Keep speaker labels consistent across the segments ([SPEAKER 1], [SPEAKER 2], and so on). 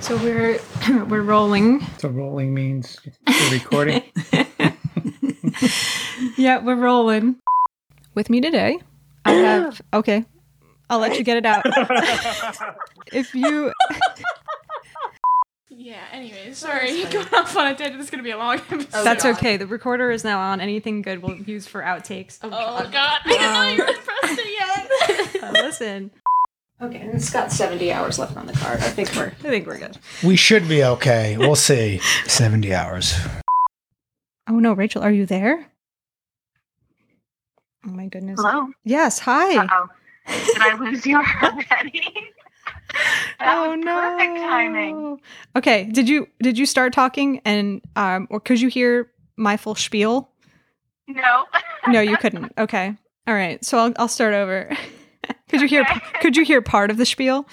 [SPEAKER 1] So we're we're rolling.
[SPEAKER 2] So rolling means you're recording.
[SPEAKER 1] Yeah, we're rolling. With me today, I have okay. I'll let you get it out. if you
[SPEAKER 3] Yeah, anyways, sorry. Going off on a tangent. This is going to be a long
[SPEAKER 4] Oh,
[SPEAKER 3] episode.
[SPEAKER 1] that's okay. The recorder is now on. Anything good we'll use for outtakes.
[SPEAKER 3] Oh, God. I didn't know you
[SPEAKER 4] Um,
[SPEAKER 3] had pressed it yet.
[SPEAKER 1] Uh, listen.
[SPEAKER 3] okay, and it's got 70 hours left on the card. I think we're.
[SPEAKER 1] I think we're good.
[SPEAKER 5] We should be okay. We'll see. 70 hours.
[SPEAKER 1] Oh no, Rachel, are you there? Oh my goodness.
[SPEAKER 6] Hello.
[SPEAKER 1] Yes, hi.
[SPEAKER 6] Uh oh. Did I lose you already? that
[SPEAKER 1] oh
[SPEAKER 6] was
[SPEAKER 1] no.
[SPEAKER 6] perfect timing.
[SPEAKER 1] Okay, did you did you start talking and um or could you hear my full spiel?
[SPEAKER 6] No.
[SPEAKER 1] no, you couldn't. Okay. All right. So I'll, I'll start over. could you hear
[SPEAKER 6] Okay.
[SPEAKER 1] could you hear part of the spiel?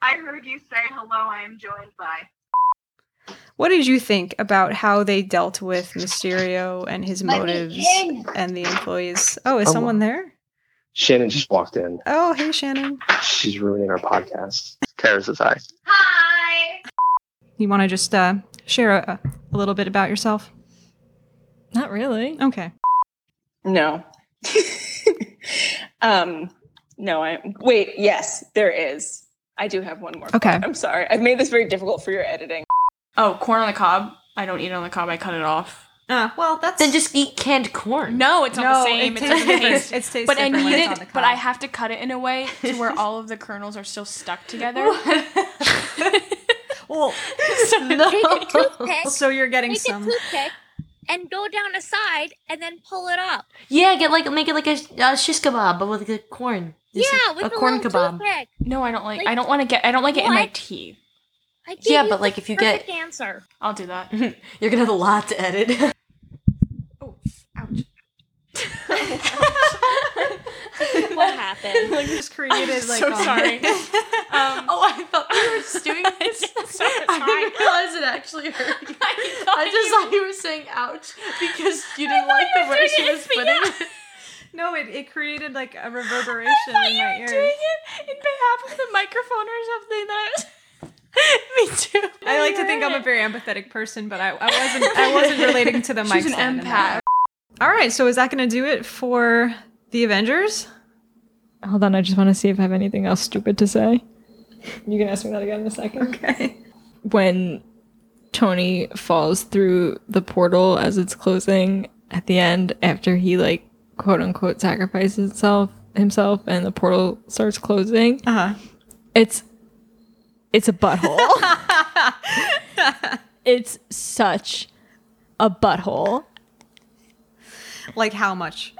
[SPEAKER 6] I heard you say hello, I am joined by.
[SPEAKER 1] What did you think about how they dealt with Mysterio and his motives and the employees? Oh, is
[SPEAKER 7] Oh.
[SPEAKER 1] someone there?
[SPEAKER 7] Shannon just walked in.
[SPEAKER 1] Oh, hey Shannon.
[SPEAKER 7] She's ruining our podcast. Kara's is high.
[SPEAKER 6] Hi.
[SPEAKER 1] You want to just uh share a, a little bit about yourself?
[SPEAKER 8] Not really.
[SPEAKER 1] Okay.
[SPEAKER 4] No. um, no, I wait, yes, there is. I do have one more.
[SPEAKER 1] Okay.
[SPEAKER 4] card. I'm sorry. I've made this very difficult for your editing.
[SPEAKER 3] Oh, corn on the cob. I don't eat it on the cob. I cut it off.
[SPEAKER 1] Uh, well, that's
[SPEAKER 9] Then just eat canned corn.
[SPEAKER 3] No, it's not the same.
[SPEAKER 1] It
[SPEAKER 3] it's
[SPEAKER 1] tastes
[SPEAKER 3] not the
[SPEAKER 1] different.
[SPEAKER 3] taste.
[SPEAKER 1] It tastes
[SPEAKER 3] But I
[SPEAKER 1] different
[SPEAKER 3] need
[SPEAKER 1] when it's on the
[SPEAKER 3] it, but I
[SPEAKER 1] cob.
[SPEAKER 3] have to cut it in a way to where all of the kernels are still stuck together.
[SPEAKER 1] Well,
[SPEAKER 3] So-
[SPEAKER 9] No.
[SPEAKER 1] so you're getting some.
[SPEAKER 10] toothpick and go down a side and then pull it up.
[SPEAKER 9] yeah, get like make it like a uh, shish kebab, but with like, corn. Just
[SPEAKER 10] yeah,
[SPEAKER 9] like
[SPEAKER 10] with
[SPEAKER 9] a
[SPEAKER 10] the
[SPEAKER 9] corn
[SPEAKER 10] little
[SPEAKER 9] kebab.
[SPEAKER 10] toothpick.
[SPEAKER 3] no, I don't like I don't want to get I don't like it in my
[SPEAKER 10] What?
[SPEAKER 3] teeth.
[SPEAKER 10] I gave
[SPEAKER 9] Yeah,
[SPEAKER 10] you
[SPEAKER 9] but
[SPEAKER 10] the
[SPEAKER 9] like if you get,
[SPEAKER 10] perfect answer.
[SPEAKER 3] I'll do that.
[SPEAKER 9] you're gonna have a lot to edit.
[SPEAKER 3] Oh, ouch.
[SPEAKER 10] What happened?
[SPEAKER 1] Like just created like
[SPEAKER 3] so
[SPEAKER 1] um,
[SPEAKER 3] sorry. Um,
[SPEAKER 9] oh, I thought you were just doing this.
[SPEAKER 3] so
[SPEAKER 9] I didn't realize it actually hurt. You. I just thought you were saying ouch because you didn't like the way she was putting it.
[SPEAKER 1] No, it, it created like a reverberation in my ears.
[SPEAKER 3] it in behalf of the microphone or something. That me too.
[SPEAKER 1] I like to think I'm a very empathetic person, but I, I wasn't I wasn't relating to the mic.
[SPEAKER 3] She's
[SPEAKER 1] stand
[SPEAKER 3] an
[SPEAKER 1] in that.
[SPEAKER 3] empath.
[SPEAKER 1] All right, so is that going to do it for the Avengers?
[SPEAKER 8] Hold on, I just want to see if I have anything else stupid to say. You can ask me that again in a second.
[SPEAKER 1] Okay.
[SPEAKER 8] When Tony falls through the portal as it's closing at the end, after he like quote unquote sacrifices himself himself and the portal starts closing,
[SPEAKER 1] Uh
[SPEAKER 8] it's it's a butthole.
[SPEAKER 1] huh.
[SPEAKER 8] it's such a butthole.
[SPEAKER 1] like how much?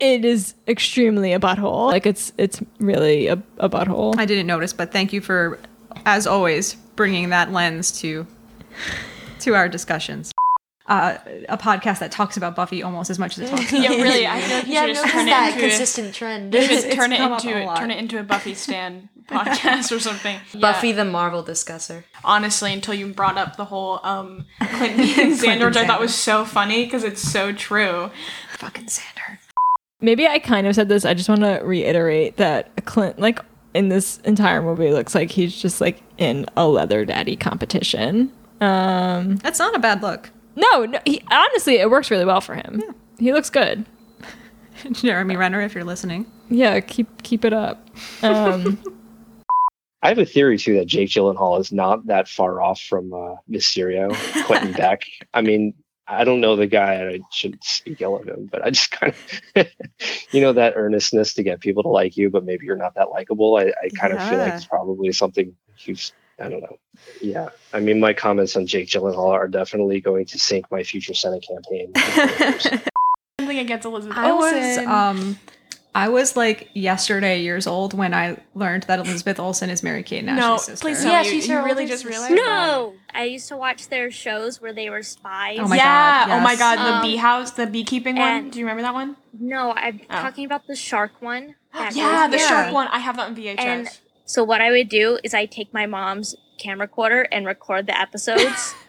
[SPEAKER 8] It is extremely a butthole. Like it's it's really a, a butthole.
[SPEAKER 1] I didn't notice, but thank you for, as always, bringing that lens to to our discussions. Uh, a podcast that talks about Buffy almost as much as it talks. about
[SPEAKER 3] Yeah, really. I feel like you
[SPEAKER 9] Yeah,
[SPEAKER 3] should
[SPEAKER 9] I've
[SPEAKER 3] just
[SPEAKER 9] noticed
[SPEAKER 3] turn it
[SPEAKER 9] that
[SPEAKER 3] into a-
[SPEAKER 9] consistent trend.
[SPEAKER 3] just turn it
[SPEAKER 1] come up a
[SPEAKER 3] into
[SPEAKER 1] lot.
[SPEAKER 3] turn it into a Buffy Stan podcast or something. Yeah.
[SPEAKER 9] Buffy the Marvel discusser.
[SPEAKER 3] honestly, until you brought up the whole um, Clinton and Xander, which I thought was so funny because it's so true.
[SPEAKER 9] Fucking Xander.
[SPEAKER 8] Maybe I kind of said this. I just want to reiterate that Clint, like in this entire movie, looks like he's just like in a leather daddy competition. Um,
[SPEAKER 1] That's not a bad look.
[SPEAKER 8] no, no. He, honestly, it works really well for him. He looks good.
[SPEAKER 1] Jeremy Renner, if you're listening.
[SPEAKER 8] Yeah, keep keep it up. Um,
[SPEAKER 7] I have a theory too that Jake Gyllenhaal is not that far off from uh, Mysterio, Quentin Beck. I mean, I don't know the guy. and I shouldn't speak ill of him, but I just kind of, you know, that earnestness to get people to like you, but maybe you're not that likable. I, I kind of feel like
[SPEAKER 1] Yeah.
[SPEAKER 7] it's probably something he's. I don't know. Yeah, I mean, my comments on Jake Gyllenhaal are definitely going to sink my future Senate campaign.
[SPEAKER 3] Something against Elizabeth Oh,
[SPEAKER 1] I was
[SPEAKER 3] Olsen.
[SPEAKER 1] um I was like yesterday years old when I learned that Elizabeth Olsen is Mary Kate Nash's
[SPEAKER 3] no,
[SPEAKER 1] sister.
[SPEAKER 3] please
[SPEAKER 9] Yeah,
[SPEAKER 3] tell me you,
[SPEAKER 9] she's
[SPEAKER 3] you
[SPEAKER 9] her
[SPEAKER 3] really
[SPEAKER 9] older
[SPEAKER 3] just
[SPEAKER 9] sister.
[SPEAKER 3] realized. that?
[SPEAKER 10] No. I used to watch their shows where they were spies.
[SPEAKER 1] Oh my
[SPEAKER 3] yeah.
[SPEAKER 1] God,
[SPEAKER 3] Oh my
[SPEAKER 1] yes.
[SPEAKER 3] God. The
[SPEAKER 10] Um,
[SPEAKER 3] bee house, the beekeeping one.
[SPEAKER 10] and-
[SPEAKER 3] Do you remember that one?
[SPEAKER 10] No, I'm
[SPEAKER 3] Oh.
[SPEAKER 10] talking about the shark one. that
[SPEAKER 3] Yeah,
[SPEAKER 10] goes
[SPEAKER 3] the
[SPEAKER 1] yeah.
[SPEAKER 3] shark one. I have that on VHS.
[SPEAKER 10] And- So what I would do is I take my mom's camera recorder and record the episodes.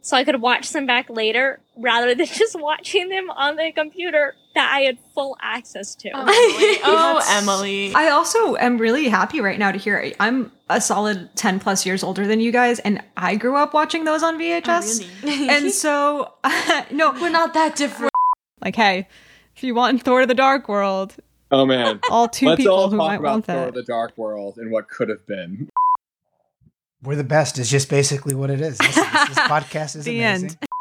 [SPEAKER 10] So I could watch them back later rather than just watching them on the computer. that I had full access to.
[SPEAKER 3] Oh,
[SPEAKER 1] That's-
[SPEAKER 3] Emily.
[SPEAKER 1] I also am really happy right now to hear it. I'm a solid 10 plus years older than you guys, and I grew up watching those on
[SPEAKER 3] Oh,
[SPEAKER 1] VHS. And so, no,
[SPEAKER 9] We're not that different.
[SPEAKER 1] like, hey, if you want Thor to the Dark World,
[SPEAKER 11] Oh man.
[SPEAKER 1] all 2
[SPEAKER 11] Let's
[SPEAKER 1] people
[SPEAKER 11] all
[SPEAKER 1] who
[SPEAKER 11] talk
[SPEAKER 1] might
[SPEAKER 11] about
[SPEAKER 1] want
[SPEAKER 11] Thor:
[SPEAKER 1] that.
[SPEAKER 11] The Dark World and what could have been.
[SPEAKER 5] We're the best. It's just basically what it is. This, this podcast is
[SPEAKER 1] The
[SPEAKER 5] amazing.
[SPEAKER 1] end.